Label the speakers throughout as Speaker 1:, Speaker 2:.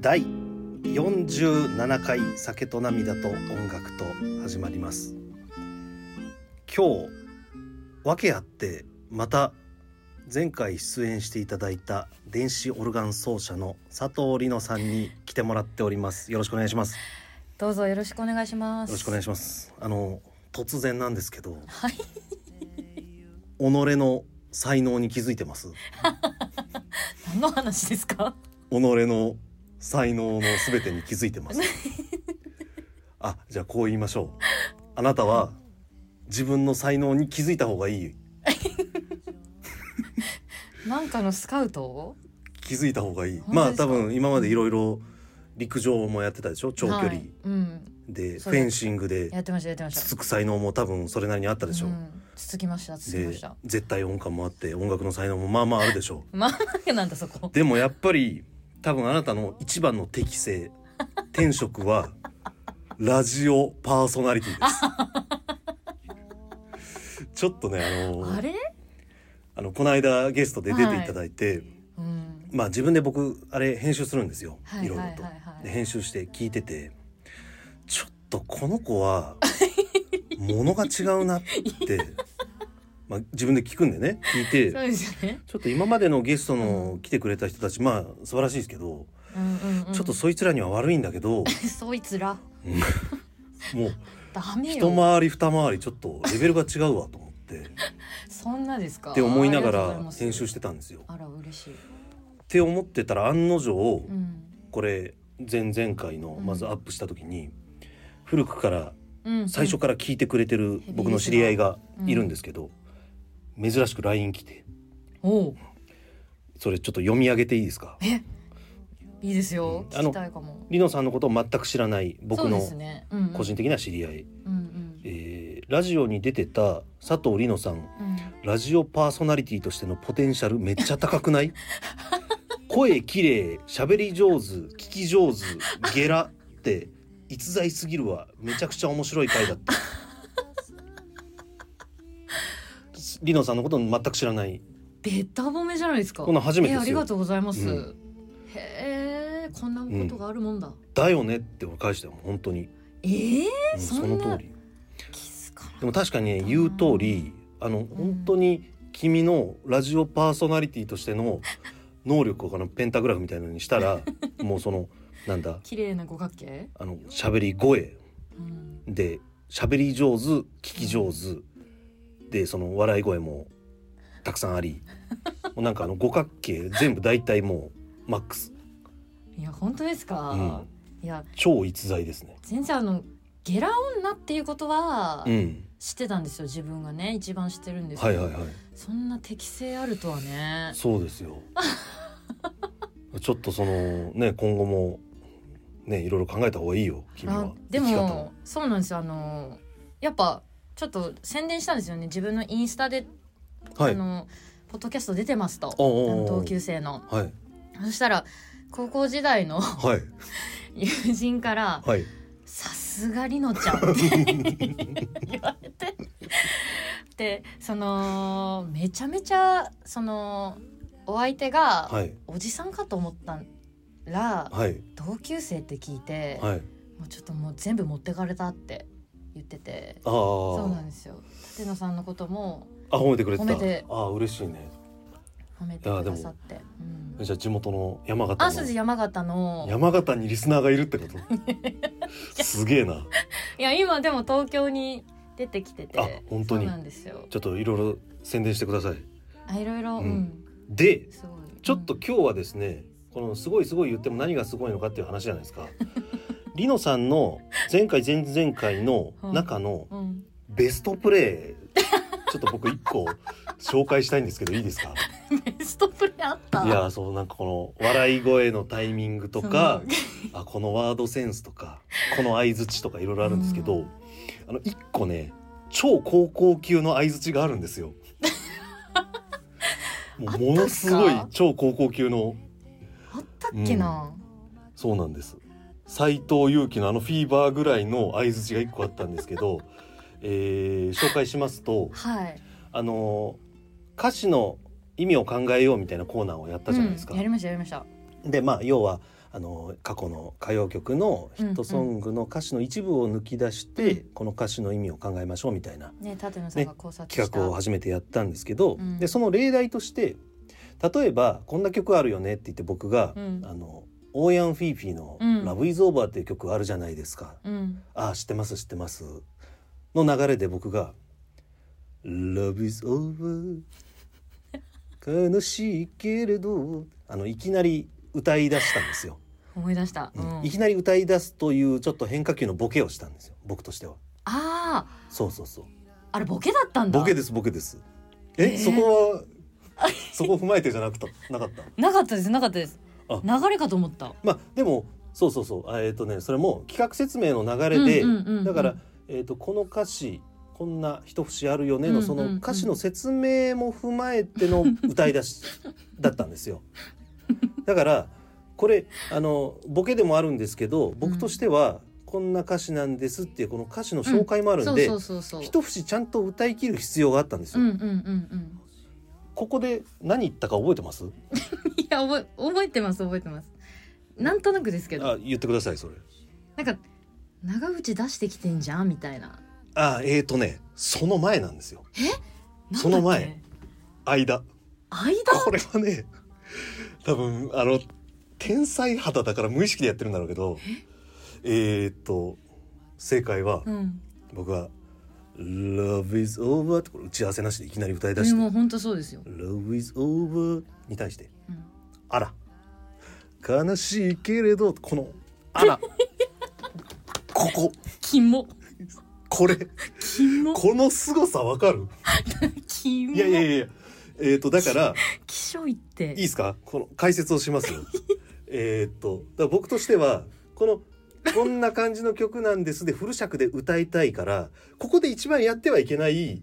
Speaker 1: 第47回「酒と涙と音楽」と始まります今日訳あってまた前回出演していただいた電子オルガン奏者の佐藤里乃さんに来てもらっておりますよろしくお願いしますよ
Speaker 2: どうぞよろしくお願いします。
Speaker 1: ろしくお願いしますあの突然なんですけど
Speaker 2: はい。
Speaker 1: 己の才能に気づいてます
Speaker 2: 何の話ですか。
Speaker 1: 己の才能のすべてに気づいてます。あ、じゃあこう言いましょう。あなたは自分の才能に気づいた方がいい。
Speaker 2: なんかのスカウト。
Speaker 1: 気づいた方がいい。
Speaker 2: 本
Speaker 1: ま
Speaker 2: 当
Speaker 1: あ
Speaker 2: ですか
Speaker 1: 多分今までいろいろ陸上もやってたでしょ長距
Speaker 2: は
Speaker 1: 離
Speaker 2: いうん。
Speaker 1: で、フ
Speaker 2: そうです
Speaker 1: ェンシングで
Speaker 2: やってましたやってました。
Speaker 1: つつく才能も多分それなりにあったでしょ、
Speaker 2: うん。つつきましたつつきま
Speaker 1: で
Speaker 2: した。
Speaker 1: 絶対音感もあって音楽の才能もまあまああるでしょ
Speaker 2: まあなんだそこ。
Speaker 1: でもやっぱり多分あなたの一番の適性天職はラジオパーソナリティです。ちょっとね あの
Speaker 2: あれ？
Speaker 1: あのこの間ゲストで出ていただいて、
Speaker 2: うん。
Speaker 1: まあ自分で僕あれ編集するんですよ、
Speaker 2: はい
Speaker 1: いろいろと
Speaker 2: はいはいは。い
Speaker 1: で編集して聞いててちょっとこの子 は物が違うなって、まあ、自分で聞くんでね聞いて
Speaker 2: そうですよね。
Speaker 1: ちょっと今までのゲストの来てくれた人たちまあ素晴らしいですけど、
Speaker 2: うんうんうん。
Speaker 1: ちょっとそいつらには悪いんだけ ど、
Speaker 2: そいつら
Speaker 1: もう
Speaker 2: ダメ
Speaker 1: 一
Speaker 2: よ。
Speaker 1: 回り二回りちょっとレベルが違うわと思って、
Speaker 2: そんなですか。
Speaker 1: って思いなが
Speaker 2: ありがとうござい
Speaker 1: ら
Speaker 2: ます
Speaker 1: 編集してたんですよ。っ
Speaker 2: あら嬉しい。
Speaker 1: て思ってたら案の定
Speaker 2: う、ん。
Speaker 1: これ前々回の
Speaker 2: うん
Speaker 1: まずアップした時に、古くから
Speaker 2: うん。
Speaker 1: 最初から聞いてくれてる
Speaker 2: うん
Speaker 1: 僕の知り合いがいるんですけど、珍しく LINE 来て、
Speaker 2: おう。
Speaker 1: それちょっと読み上げていいですか
Speaker 2: え。いいですよ。
Speaker 1: あの
Speaker 2: 聞きたいかも。
Speaker 1: リノさんのことを全く知らない僕
Speaker 2: そう
Speaker 1: の
Speaker 2: ですね。うんうん
Speaker 1: 個人。的な知り合い、
Speaker 2: うん
Speaker 1: えーラジオに出てた佐藤里乃さん
Speaker 2: うん。うん。
Speaker 1: ラジオパーソナリティとしてのポテンシャルめっちゃ高くない 声綺麗喋り上手聞き上手ゲラって逸材すぎるわめちゃくちゃ面白い回だった リノさんのこと全く知らない
Speaker 2: ベタ褒めじゃないですか。
Speaker 1: こんなん初めて
Speaker 2: え
Speaker 1: ですよ
Speaker 2: ありがとうございます。
Speaker 1: うん
Speaker 2: へえ、こんなことがあるもんだ。
Speaker 1: だよねって俺返したよ本当に、
Speaker 2: ええ
Speaker 1: うん
Speaker 2: そ
Speaker 1: そ
Speaker 2: ん
Speaker 1: の
Speaker 2: な
Speaker 1: 通り
Speaker 2: 気づか
Speaker 1: でも確かにね言う通りあの本当に君のラジオパーソナリティとしての能力をこのペンタグラフみたいなのにした らもうそのなんだ
Speaker 2: 綺麗な五角形。
Speaker 1: あの喋り声
Speaker 2: うん。
Speaker 1: で喋り上手聞き上手でその笑い声もたくさんありもうなんかあの五角形全部大体もうマックス、
Speaker 2: いや、本当です
Speaker 1: う
Speaker 2: か。
Speaker 1: ん、
Speaker 2: いや、
Speaker 1: 超逸材ですね。
Speaker 2: 全然あの、ゲラ女っていうことは
Speaker 1: う。ん、
Speaker 2: 知ってたんですよ。自分がね、一番知ってるんです
Speaker 1: は
Speaker 2: け
Speaker 1: い
Speaker 2: ど。
Speaker 1: はいはい
Speaker 2: そんな適性あるとはね。
Speaker 1: そうですよ ちょっとそのね今後もねいろいろ考えた方がいいよ君
Speaker 2: あ
Speaker 1: は
Speaker 2: で
Speaker 1: 生き方を
Speaker 2: もそうなんですよあのやっぱちょっと宣伝したんですよね自分のインスタで、
Speaker 1: はい
Speaker 2: あのポッドキャスト出てますと
Speaker 1: おうおうおう
Speaker 2: 同級生の
Speaker 1: はい
Speaker 2: そしたら高校時代の
Speaker 1: はい
Speaker 2: 友人から
Speaker 1: はい
Speaker 2: 「さすがりのちゃん」って言われてでそのめちゃめちゃそのお相手が
Speaker 1: はい
Speaker 2: おじさんかと思ったら
Speaker 1: はい
Speaker 2: 同級生って聞いて、
Speaker 1: はい
Speaker 2: もうちょっともう全部持ってかれたって言ってて
Speaker 1: ああ
Speaker 2: そうなんですよ舘野さんのことも
Speaker 1: あ褒めてくれてた
Speaker 2: 褒めて
Speaker 1: ああ嬉しいね
Speaker 2: 褒めてくださって、うん、
Speaker 1: じゃあ地元の山形の
Speaker 2: あそうです山形の
Speaker 1: 山形にリスナーがいるって ことすげえない
Speaker 2: や今でも東京に出てきてて
Speaker 1: あ本当に
Speaker 2: そうなんですよ
Speaker 1: ちょっといろいろ宣伝してください
Speaker 2: あいろい
Speaker 1: う
Speaker 2: ろうんん、
Speaker 1: です
Speaker 2: ごい
Speaker 1: ちょっと今日はですねこのすごいすごい言っても何がすごいのかっていう話じゃない ですかリノさんの前回前々回の中の
Speaker 2: うん、うん
Speaker 1: ベストプレーちょっと僕一個紹介したいんですけどいいですか
Speaker 2: ベストプレーあった
Speaker 1: いやーそうなんかこの笑い声のタイミングとかあこのワードセンスとかこの相づちとかいろいろあるんですけど、
Speaker 2: うん
Speaker 1: あの一個ね超高校級の相づちがあるんです よ。もうものすごい
Speaker 2: あったっすか
Speaker 1: 超高校級の
Speaker 2: あったっけな、
Speaker 1: そうなんです斎藤佑樹のあのフィーバーぐらいの相づちが一個あったんですけど、 えー紹介しますと
Speaker 2: はい
Speaker 1: あの歌詞の意味を考えようみたいなコーナーをやったじゃないですか。
Speaker 2: うんやりましたやりました
Speaker 1: でまあ要はあの過去の歌謡曲のヒットソングの歌詞の一部を抜き出して、
Speaker 2: うん
Speaker 1: この歌詞の意味を考えましょうみたいな
Speaker 2: ね舘野さんが考察した、
Speaker 1: 企画を初めてやったんですけど、
Speaker 2: うん
Speaker 1: でその例題として例えば「こんな曲あるよね」って言って僕が、
Speaker 2: うん
Speaker 1: あのオーヤン・フィーフィーの
Speaker 2: うん
Speaker 1: 「ラブ・イズ・オーバー」っていう曲あるじゃないですか。
Speaker 2: うん
Speaker 1: ああ知ってます知ってますの流れで僕が「Love is over 悲しいけれど」あのいきなり歌い出したんですよ、
Speaker 2: 思い出した、
Speaker 1: う
Speaker 2: うんん
Speaker 1: いきなり歌い出すというちょっと変化球のボケをしたんですよ僕としては
Speaker 2: あ
Speaker 1: そうそうそう
Speaker 2: ああれボケだったんだ
Speaker 1: ボケですボケですえ、
Speaker 2: えー
Speaker 1: そこはそこを踏まえてじゃなくた なかった
Speaker 2: なかったですなかったです
Speaker 1: あ
Speaker 2: 流れかと思った
Speaker 1: まあでもそうそうそうあえっ、とねそれも企画説明の流れで、
Speaker 2: うんうんうんうん
Speaker 1: だから、えー、とこの歌詞こんな一節あるよねの、
Speaker 2: うんうんうん
Speaker 1: その歌詞の説明も踏まえての歌い出しだったんです よ。だからこれあのボケでもあるんですけど僕としては、こんな歌詞なんですっていうこの歌詞の紹介もあるんで、
Speaker 2: そうそうそうそう
Speaker 1: 一節ちゃんと歌い切る必要があったんです
Speaker 2: う
Speaker 1: よ。
Speaker 2: んうんうんうん
Speaker 1: ここで何言ったか覚えてます
Speaker 2: いや覚え覚えてます覚えてますなんとなくですけど
Speaker 1: あ言ってくださいそれ。
Speaker 2: なんか長渕出してきてんじゃんみたいな
Speaker 1: あえー、とねその前なんですよ
Speaker 2: なんだっけ
Speaker 1: その前間。
Speaker 2: 間
Speaker 1: これはね多分あの天才肌だから無意識でやってるんだろうけどえーっと正解は
Speaker 2: うん
Speaker 1: 僕は「Love is over」ってこれ打ち合わせなしでいきなり歌い出
Speaker 2: で
Speaker 1: し
Speaker 2: も
Speaker 1: て
Speaker 2: う本当そうですよ
Speaker 1: 「Love is over」に対して
Speaker 2: うん
Speaker 1: 「あら悲しいけれど」この「 あら」ここ
Speaker 2: キモ
Speaker 1: これ
Speaker 2: キモ
Speaker 1: この凄さわかる
Speaker 2: キモ
Speaker 1: いやいやいやえーっとだ から
Speaker 2: 気性いっ
Speaker 1: い
Speaker 2: て
Speaker 1: いですかこの解説をしますよ えーっとだから僕としてはこの「こんな感じの曲なんです」でフル尺で歌いたいからここで一番やってはいけない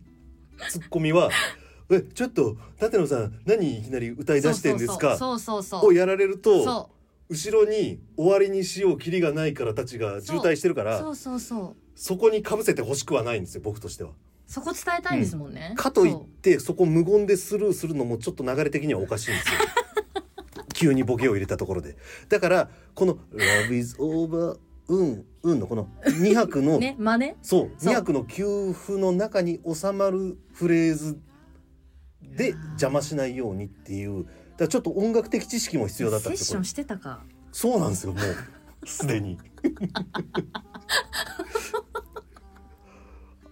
Speaker 1: ツッコミ は「えちょっと舘野さん何いきなり歌い出してんですか?」
Speaker 2: そうそうそうそ
Speaker 1: を
Speaker 2: う
Speaker 1: やられると
Speaker 2: そ
Speaker 1: 後ろに「終わりにしようキリがないから」たちが渋滞してるか
Speaker 2: う
Speaker 1: ら
Speaker 2: そ
Speaker 1: そう
Speaker 2: そうそう
Speaker 1: こにかぶせてほしくはないんですよ僕としては。
Speaker 2: そこ伝えたいですもんね、
Speaker 1: かといっ
Speaker 2: そう
Speaker 1: てそこ無言でスルーするのもちょっと流れ的にはおかしいん ですよ急にボケを入れたところでだからこの「Love is over うんうん」のこの2拍の、
Speaker 2: ね真似
Speaker 1: そう
Speaker 2: そう
Speaker 1: 2拍の休符の中に収まるフレーズで邪魔しないようにっていうだからちょっと音楽的知識も必要だったっ
Speaker 2: セッ
Speaker 1: てこ
Speaker 2: ショ
Speaker 1: と
Speaker 2: ンしてたか
Speaker 1: そうなんですよもう すでに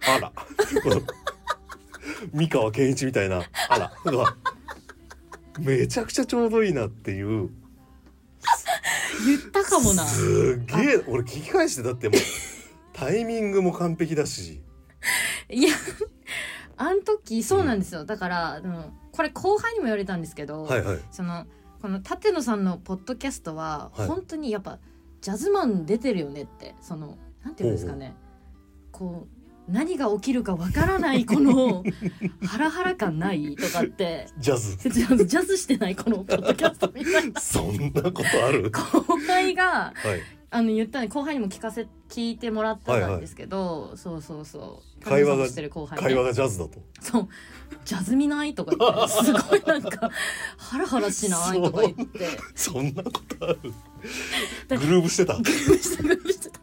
Speaker 1: あら三河健一みたいなあらがめちゃくちゃちょうどいいなっていう
Speaker 2: 言ったかもな
Speaker 1: すっげえ俺聞き返してだってもうタイミングも完璧だし
Speaker 2: いやあん時そうなんですよ、だからでもこれ後輩にも言われたんですけど、
Speaker 1: はいはい
Speaker 2: そのこの舘野さんのポッドキャストは、
Speaker 1: はい
Speaker 2: 本当にやっぱジャズマン出てるよねってそのなんていうんですかねこう何が起きるかわからないこのハラハラ感ないとかって
Speaker 1: ジャズ
Speaker 2: ジャズジャズしてないこのポッドキャストみたいな
Speaker 1: そんなことある
Speaker 2: 後輩 が
Speaker 1: はい
Speaker 2: あの言ったの後輩にも聞かせ聞いてもらったんですけど、そうそうそう
Speaker 1: 会話が
Speaker 2: 彼女としてる後輩ね
Speaker 1: 会話がジャズだと
Speaker 2: そう「ジャズ見ない?」とか言ってすごいなんか「ハラハラしない?」とか言って
Speaker 1: そんなことある
Speaker 2: だ
Speaker 1: グルーブしてた、
Speaker 2: グルーブしてグルーブしてた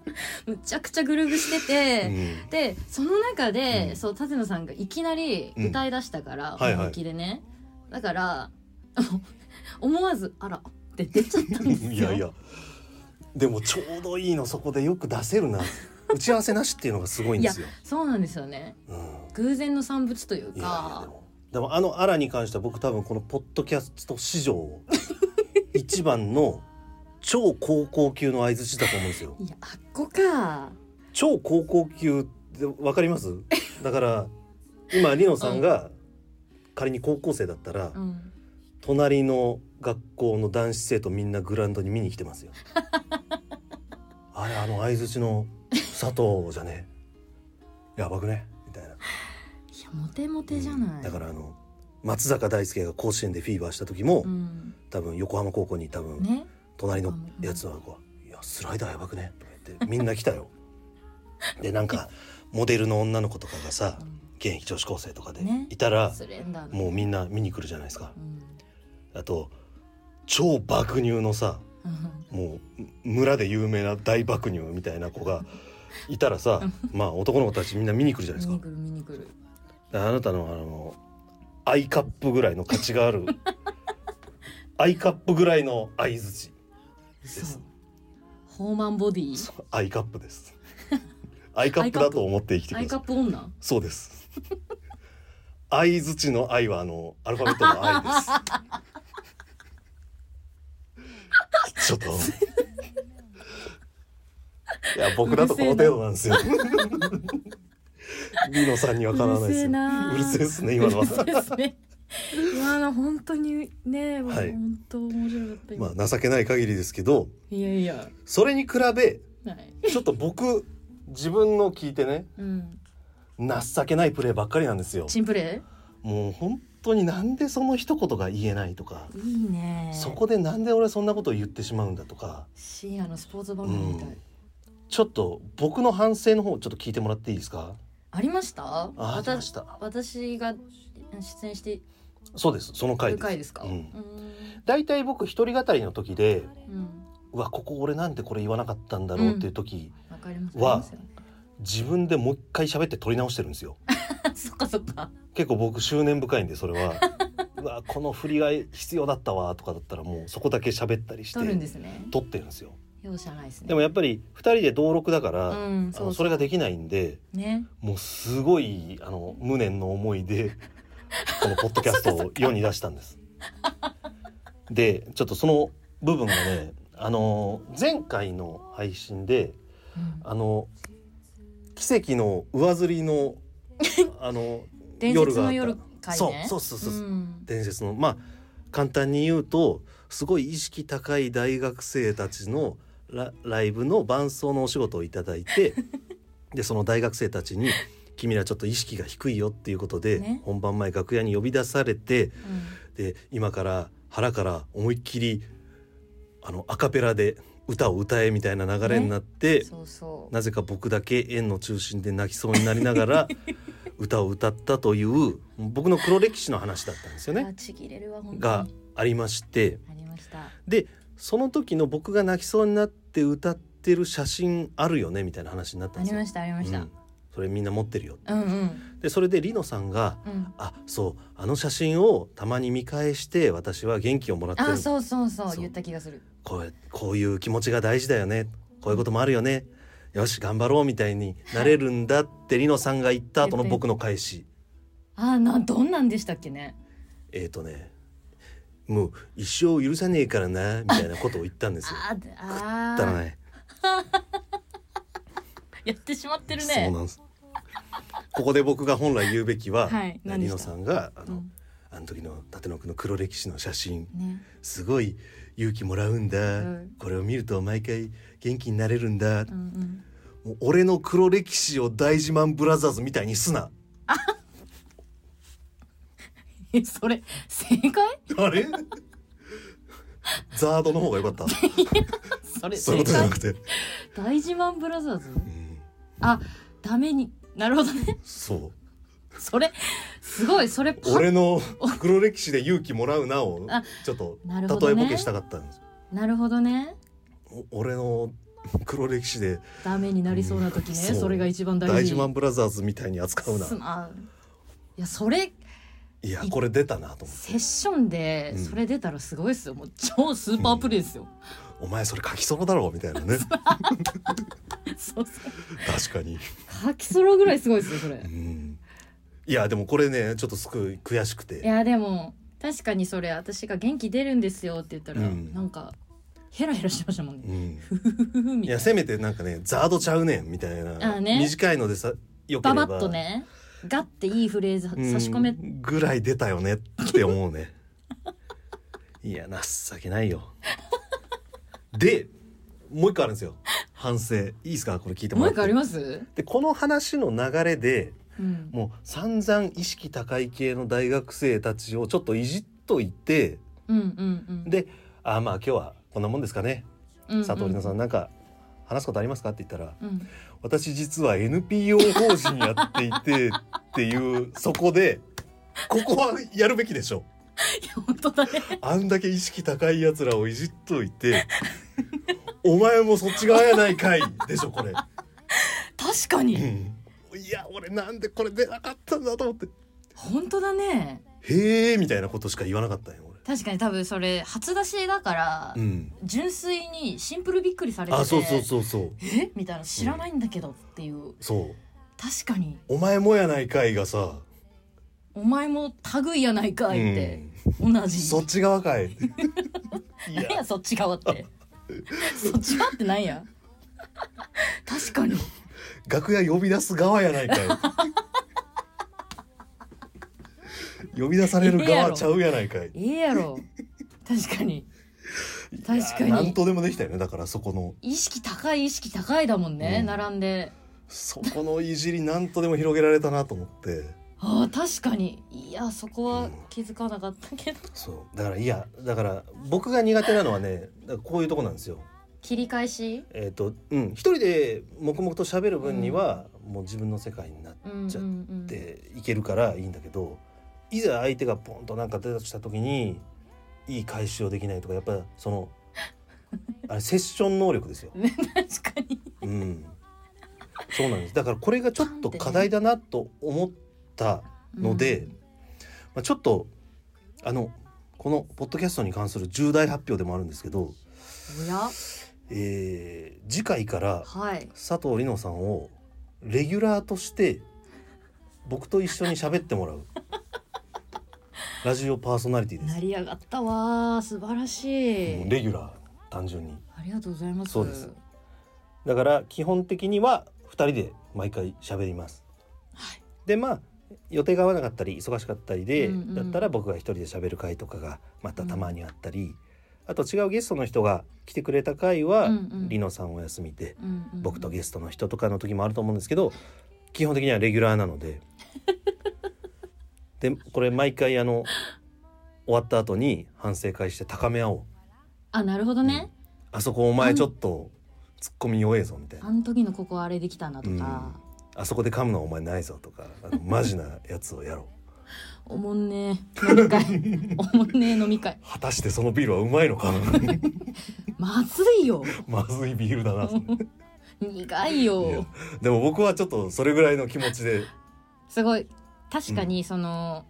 Speaker 2: むちゃくちゃグルーブして
Speaker 1: う
Speaker 2: て、
Speaker 1: ん
Speaker 2: でその中で、
Speaker 1: うん
Speaker 2: そう舘野さんがいきなり歌い出したから、
Speaker 1: んはいはい
Speaker 2: 本気でね、だから あの思わず「あら」って出ちゃ ったんですよ。
Speaker 1: いやいやでもちょうどいいのそこでよく出せる な打ち合わせなしっていうのがすごいんですよ。
Speaker 2: そうなんですよね
Speaker 1: うん、
Speaker 2: 偶然の産物という
Speaker 1: いやいやで
Speaker 2: か
Speaker 1: もでもあの「アラに関しては僕多分このポッドキャスト史 上一番の超高校級の相槌だと思うんです よ。
Speaker 2: いやあっこか
Speaker 1: 超高校級ってわかりますだから今リノさんが仮に高校生だったら、
Speaker 2: うん
Speaker 1: 隣の学校の男子生徒みんなグラウンドに見に来て ますよあれあの相槌の佐藤じゃねえやばくねみたいな、
Speaker 2: いやモテモテじゃない、
Speaker 1: だからあの松坂大輔が甲子園でフィーバーした時も、
Speaker 2: うん
Speaker 1: 多分横浜高校に多分、
Speaker 2: ね
Speaker 1: 隣のやつの子は「いやスライダーやばくね」とか言ってみんな来たよでなんかモデルの女の子とかがさ
Speaker 2: うん
Speaker 1: 現役女子高生とかで
Speaker 2: ね
Speaker 1: いたら、
Speaker 2: スレンダーな
Speaker 1: もうみんな見に来るじゃないですか
Speaker 2: う、ん
Speaker 1: あと超爆乳のさ
Speaker 2: うん
Speaker 1: もう村で有名な大爆乳みたいな子がいたらさまあ男の子たちみんな見に来るじゃない
Speaker 2: 見
Speaker 1: ですか
Speaker 2: に来る見に来る
Speaker 1: だからあなたのあのアイカップぐらいの価値がある アイカップぐらいの相づちす
Speaker 2: そうホーマンボディ
Speaker 1: そうアイカップです。アイカップだと思って生きてく
Speaker 2: アイ
Speaker 1: ださい。
Speaker 2: カップ女
Speaker 1: そうです。相づちの愛はあのアルファベットの愛です。 ちょっと。いや僕だとこの程度なん ですよ。リノさんにはかなわないですよ。う
Speaker 2: う
Speaker 1: る
Speaker 2: る
Speaker 1: せえで
Speaker 2: せえな
Speaker 1: すね今 のは。
Speaker 2: そうですね今の本当にね、もう
Speaker 1: はい
Speaker 2: 本当面白かった今、
Speaker 1: まあ情けない限りですけど、
Speaker 2: いやいや
Speaker 1: それに比べ
Speaker 2: はい
Speaker 1: ちょっと僕自分の聞いてね
Speaker 2: うん
Speaker 1: 情けないプレーばっかりなんですよ。
Speaker 2: チンプレ
Speaker 1: もう本当になんでその一言が言えないとか、
Speaker 2: ーいいね
Speaker 1: そこでなんで俺そんなことを言ってしまうんだとか、
Speaker 2: 深夜のスポーツ番組みたい、
Speaker 1: うんちょっと僕の反省の方ちょっと聞いてもらっていいですか
Speaker 2: ありまし
Speaker 1: あ
Speaker 2: たわ
Speaker 1: りました
Speaker 2: 私が出演して
Speaker 1: そうですその回
Speaker 2: る
Speaker 1: です
Speaker 2: 回ですか
Speaker 1: う
Speaker 2: うんん
Speaker 1: 大体僕一人語りの時で
Speaker 2: うん
Speaker 1: うわここ俺なんてこれ言わなかったんだろうっていう時、
Speaker 2: わかります
Speaker 1: わ
Speaker 2: わかり
Speaker 1: 自分でもう一回喋って取り直してるんですよ
Speaker 2: ますよ そっかそっか
Speaker 1: 結構僕執念深いんでそれ はうわこの振りが必要だったわとかだったらもうそこだけ喋ったりして
Speaker 2: 取るんですね
Speaker 1: 取ってるんですよ
Speaker 2: 容赦ないですね
Speaker 1: でもやっぱり二人で同録だから、
Speaker 2: う
Speaker 1: あ
Speaker 2: ん
Speaker 1: の
Speaker 2: そう
Speaker 1: そ
Speaker 2: そう
Speaker 1: れができないんで
Speaker 2: ね
Speaker 1: もうすごいあの無念の思いで このポッドキャストを世に出したんです。でちょっとその部分がねあの前回の配信で
Speaker 2: うん
Speaker 1: あの奇跡の上釣り のあの
Speaker 2: 伝説の
Speaker 1: 夜
Speaker 2: 夜
Speaker 1: があった
Speaker 2: 会
Speaker 1: そう
Speaker 2: ね
Speaker 1: そうそうそう、
Speaker 2: うん
Speaker 1: 伝説のまあ簡単に言うとすごい意識高い大学生たちのラライブの伴奏のお仕事をいただい てでその大学生たちに「君らちょっと意識が低いよ」っていうことで、
Speaker 2: ね
Speaker 1: 本番前楽屋に呼び出されて
Speaker 2: うん
Speaker 1: で今から腹から思いっきりあのアカペラで歌を歌えみたいな流れになって、
Speaker 2: そうそう
Speaker 1: なぜか僕だけ円の中心で泣きそうになりなが ら歌を歌ったという僕の黒歴史の話だったんですよね
Speaker 2: あ。ちぎれるわ本当に
Speaker 1: がありまして
Speaker 2: ありました
Speaker 1: でその時の僕が泣きそうになって歌ってる写真あるよねみたいな話になった
Speaker 2: あ
Speaker 1: んで
Speaker 2: り
Speaker 1: すよ。
Speaker 2: ましたありました、
Speaker 1: うんそれみんな持ってるよ
Speaker 2: うん、うん
Speaker 1: でそれでリノさんが
Speaker 2: う
Speaker 1: 「
Speaker 2: ん
Speaker 1: あそうあの写真をたまに見返して私は元気をもらって
Speaker 2: あ
Speaker 1: る
Speaker 2: そうそうそう
Speaker 1: そう
Speaker 2: 言った気がする
Speaker 1: こうこういう気持ちが大事だよねこういうこともあるよねよし頑張ろう」みたいになれるんだってリノさんが言った後の僕の返し
Speaker 2: あなどんなんでしたっけね
Speaker 1: えっ、ー、とね「もう一生許さねえからな」みたいなことを言ったんですよ。
Speaker 2: あーあ
Speaker 1: だら
Speaker 2: ー
Speaker 1: ない
Speaker 2: やってしまってる
Speaker 1: そう
Speaker 2: ね
Speaker 1: なんです。ここで僕が本来言うべきは、
Speaker 2: はい何
Speaker 1: リ
Speaker 2: でし
Speaker 1: ノ
Speaker 2: た
Speaker 1: さんがあ
Speaker 2: う
Speaker 1: の、
Speaker 2: ん
Speaker 1: あの時の立野くんの黒歴史の写真
Speaker 2: ね
Speaker 1: すごい勇気もらうんだ、
Speaker 2: うん
Speaker 1: これを見ると毎回元気になれるんだ、
Speaker 2: うんう
Speaker 1: も
Speaker 2: ん
Speaker 1: う俺の黒歴史を大自慢ブラザーズみたいにすな
Speaker 2: えそれ正解
Speaker 1: あ れザードの方が良かった
Speaker 2: それ
Speaker 1: そういうこ
Speaker 2: 正
Speaker 1: とじゃな
Speaker 2: 解
Speaker 1: くて、う
Speaker 2: 大自慢ブラザーズ
Speaker 1: ん、
Speaker 2: あダメになるほどね
Speaker 1: そう
Speaker 2: それすごいそれパッ
Speaker 1: 俺の黒歴史で勇気もらうなを
Speaker 2: あ
Speaker 1: ちょっと
Speaker 2: なるほ
Speaker 1: 例え
Speaker 2: どね
Speaker 1: ボケしたかったんです
Speaker 2: なるほどね
Speaker 1: お俺の黒歴史で
Speaker 2: ダメになりそうな時ね、
Speaker 1: うん
Speaker 2: それが一番大事
Speaker 1: 大事マンブラザーズみたいに扱うな
Speaker 2: すまんいやそれ
Speaker 1: いやこれ出たなと思って
Speaker 2: セッションで
Speaker 1: うん
Speaker 2: それ出たらすごいですよ、もう超スーパープレイですよ、
Speaker 1: お前それ書きソロだろみたいなね
Speaker 2: そうそう
Speaker 1: 確かに、
Speaker 2: 書きソロぐらいすごいですよそれ、
Speaker 1: うん、いやでもこれねちょっとすく悔しく
Speaker 2: い
Speaker 1: て
Speaker 2: やでも確かにそれ私が元気出るんですよって言ったら、
Speaker 1: うん
Speaker 2: なんかヘラヘラしてましたもん
Speaker 1: う
Speaker 2: ね、
Speaker 1: ん、
Speaker 2: ふふふみ
Speaker 1: い
Speaker 2: たい
Speaker 1: や
Speaker 2: な
Speaker 1: せめてなんかねザードちゃうねんみたいな、
Speaker 2: あね
Speaker 1: 短いのでさよけ
Speaker 2: バ
Speaker 1: れば
Speaker 2: バッとねガッていいフレーズ
Speaker 1: うん
Speaker 2: 差し込め、
Speaker 1: ぐらい出たよねって思う ねいや情けないよでもう一個あるんですよ反省いいですかこれ聞いても
Speaker 2: もう
Speaker 1: らって
Speaker 2: 一個あります、
Speaker 1: でこの話の流れで
Speaker 2: うん、
Speaker 1: もう散々意識高い系の大学生たちをちょっといじっといて
Speaker 2: うんうんうん
Speaker 1: で「あーまあ今日はこんなもんですかね
Speaker 2: うんうん
Speaker 1: 佐藤里奈さんなんか話すことありますか?」って言ったら
Speaker 2: うん
Speaker 1: 「私実は NPO 法 人やっていて」っていうそこでここはやるべきでしょ
Speaker 2: や本当だね
Speaker 1: あんだけ意識高いやつらをいじっといてお前もそっち側やないかいでしょこれ、
Speaker 2: 確か
Speaker 1: う
Speaker 2: に
Speaker 1: んいや俺なんでこれ出なかったんだと思って
Speaker 2: 本当だね
Speaker 1: へえみたいなことしか言わなかったんよ
Speaker 2: 確かに多分それ初出しだから、
Speaker 1: 俺うん
Speaker 2: 純粋にシンプルびっくりされてて
Speaker 1: あそうそうそうそう
Speaker 2: えみたいな知らないんだけどっていう
Speaker 1: そう
Speaker 2: 確かに
Speaker 1: お前もやないかいがさ、
Speaker 2: お前も類やないかいって、同
Speaker 1: うん
Speaker 2: じ
Speaker 1: そっち側かいい
Speaker 2: 何やそっち側って そっち側ってなんや確かに
Speaker 1: 楽屋呼び出す側や ないかい呼び出される側ちゃうやないかい
Speaker 2: ええやろ確かに確かに
Speaker 1: いやなんとでもできたよねだからそこの
Speaker 2: 意識高い意識高いだもんね、
Speaker 1: うん
Speaker 2: 並んで
Speaker 1: そこのいじりなんとでも広げられたなと思って
Speaker 2: ああ確かにいやそこは気づかなかったけど、
Speaker 1: そうだからいやだから僕が苦手なのはねだからこういうとこなんですよ
Speaker 2: 切り返し
Speaker 1: えっ、とうん一人で黙々と喋る分には、もう自分の世界になっ
Speaker 2: うんうん
Speaker 1: じゃあ
Speaker 2: うん
Speaker 1: ていけるからいいんだけどいざ相手がポンとなんか出たとした時にいい回収をできないとかやっぱそのあれセッション能力ですよ。
Speaker 2: ね確かに
Speaker 1: うん、そうなんですだからこれがちょっと課題だなと思った、のでまあ、ちょっとあのこのポッドキャストに関する重大発表でもあるんですけど、
Speaker 2: うんおや
Speaker 1: えー次回から
Speaker 2: はい
Speaker 1: 佐藤里乃さんをレギュラーとして僕と一緒に喋ってもら うラジオパーソナリティです
Speaker 2: 成。り上がったわー素晴らしい、
Speaker 1: うんレギュラー単純に
Speaker 2: ありがとうございます
Speaker 1: そうですだから基本的には2人で毎回喋ります。
Speaker 2: はい
Speaker 1: でまあ予定が合わなかったり忙しかったりで、
Speaker 2: うんうん
Speaker 1: だったら僕が一人で喋る回とかがまたたまにあったり、あと違うゲストの人が来てくれた回は、
Speaker 2: うんうん
Speaker 1: リノさんお休みで
Speaker 2: うんうん
Speaker 1: 僕とゲストの人とかの時もあると思うんですけど基本的にはレギュラーなのででこれ毎回あの終わった後に反省会して高め合おう、
Speaker 2: あなるほどね、
Speaker 1: あそこお前ちょっとツッコミ弱えぞみたいな
Speaker 2: あの時のここあれできたなとか、
Speaker 1: あそこで噛むのはお前ないぞとかあのマジなやつをやろう。
Speaker 2: おもんねえ飲み会 おもんねえ飲み会
Speaker 1: 果たしてそのビールはうまいのかな
Speaker 2: まずいよ
Speaker 1: まずいビールだなそれ
Speaker 2: 苦い
Speaker 1: いや
Speaker 2: よ
Speaker 1: でも僕はちょっとそれぐらいの気持ちです
Speaker 2: ごい確かにその、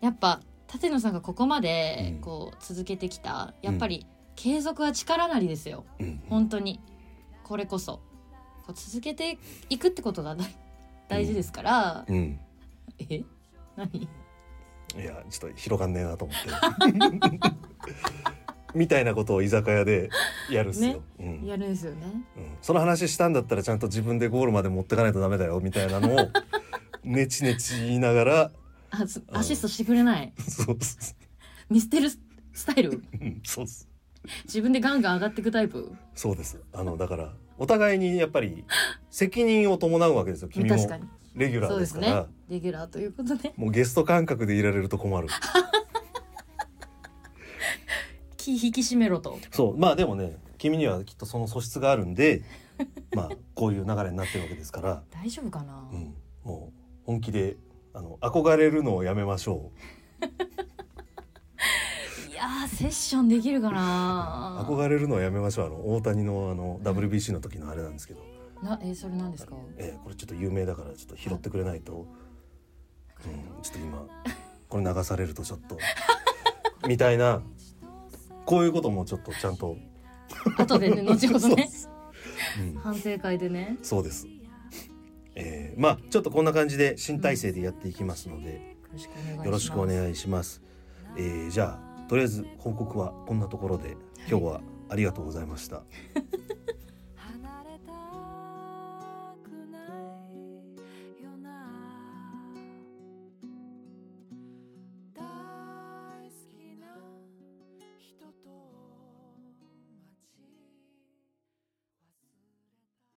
Speaker 2: やっぱ舘野さんがここまで
Speaker 1: うん
Speaker 2: こう続けてきた、やっぱり継続は力なりですよ
Speaker 1: うん
Speaker 2: 本当にこれこそこう続けていくってことが大大事ですから、
Speaker 1: うん
Speaker 2: え何
Speaker 1: いやちょっと広がんねえなと思って みたいなことを居酒屋でやるっすよ、うん
Speaker 2: やるんですよね
Speaker 1: うんその話したんだったらちゃんと自分でゴールまで持ってかないとダメだよみたいな のをネチネチ言いながら
Speaker 2: あす
Speaker 1: うん
Speaker 2: アシストしてくれない
Speaker 1: そうっす
Speaker 2: 見捨てるススタイル
Speaker 1: うんそうっす
Speaker 2: 自分でガンガン上がっていくタイプ
Speaker 1: そうですあのだからお互いにやっぱり責任を伴うわけですよ君も
Speaker 2: 確かに
Speaker 1: レギュラ
Speaker 2: そ
Speaker 1: ー
Speaker 2: う
Speaker 1: で
Speaker 2: ですす
Speaker 1: か
Speaker 2: ね
Speaker 1: ら。
Speaker 2: レギュラーということで
Speaker 1: もうゲスト感覚でいられると困 る。
Speaker 2: 気引き締めろと
Speaker 1: そう、まあでもね、君にはきっとその素質があるんで、まあこういう流れになってるわけですから、
Speaker 2: 大丈夫かな、
Speaker 1: うん、もう本気であの憧れるのをやめましょ
Speaker 2: いやーセッションできるか
Speaker 1: う。
Speaker 2: な
Speaker 1: 憧れるのをやめましょう。あの大谷のあの WBC の時のあれなんですけど、
Speaker 2: なえーそれなんですか
Speaker 1: ええこれちょっと有名だからちょっと拾ってくれないと、うん、ちょっと今これ流されるとちょっとみたいな。こういうこともちょっとちゃんと、
Speaker 2: 後でね後ほど
Speaker 1: そうで
Speaker 2: ね
Speaker 1: すうん、
Speaker 2: 反省会でね
Speaker 1: そうです。えー、まあちょっとこんな感じで新体制でやっていきますので、よ
Speaker 2: よ
Speaker 1: ろ
Speaker 2: ろ
Speaker 1: し
Speaker 2: し
Speaker 1: く
Speaker 2: く
Speaker 1: お
Speaker 2: お願いします
Speaker 1: 願いします。えー、じゃあとりあえず報告はこんなところで今日はありがとうございました。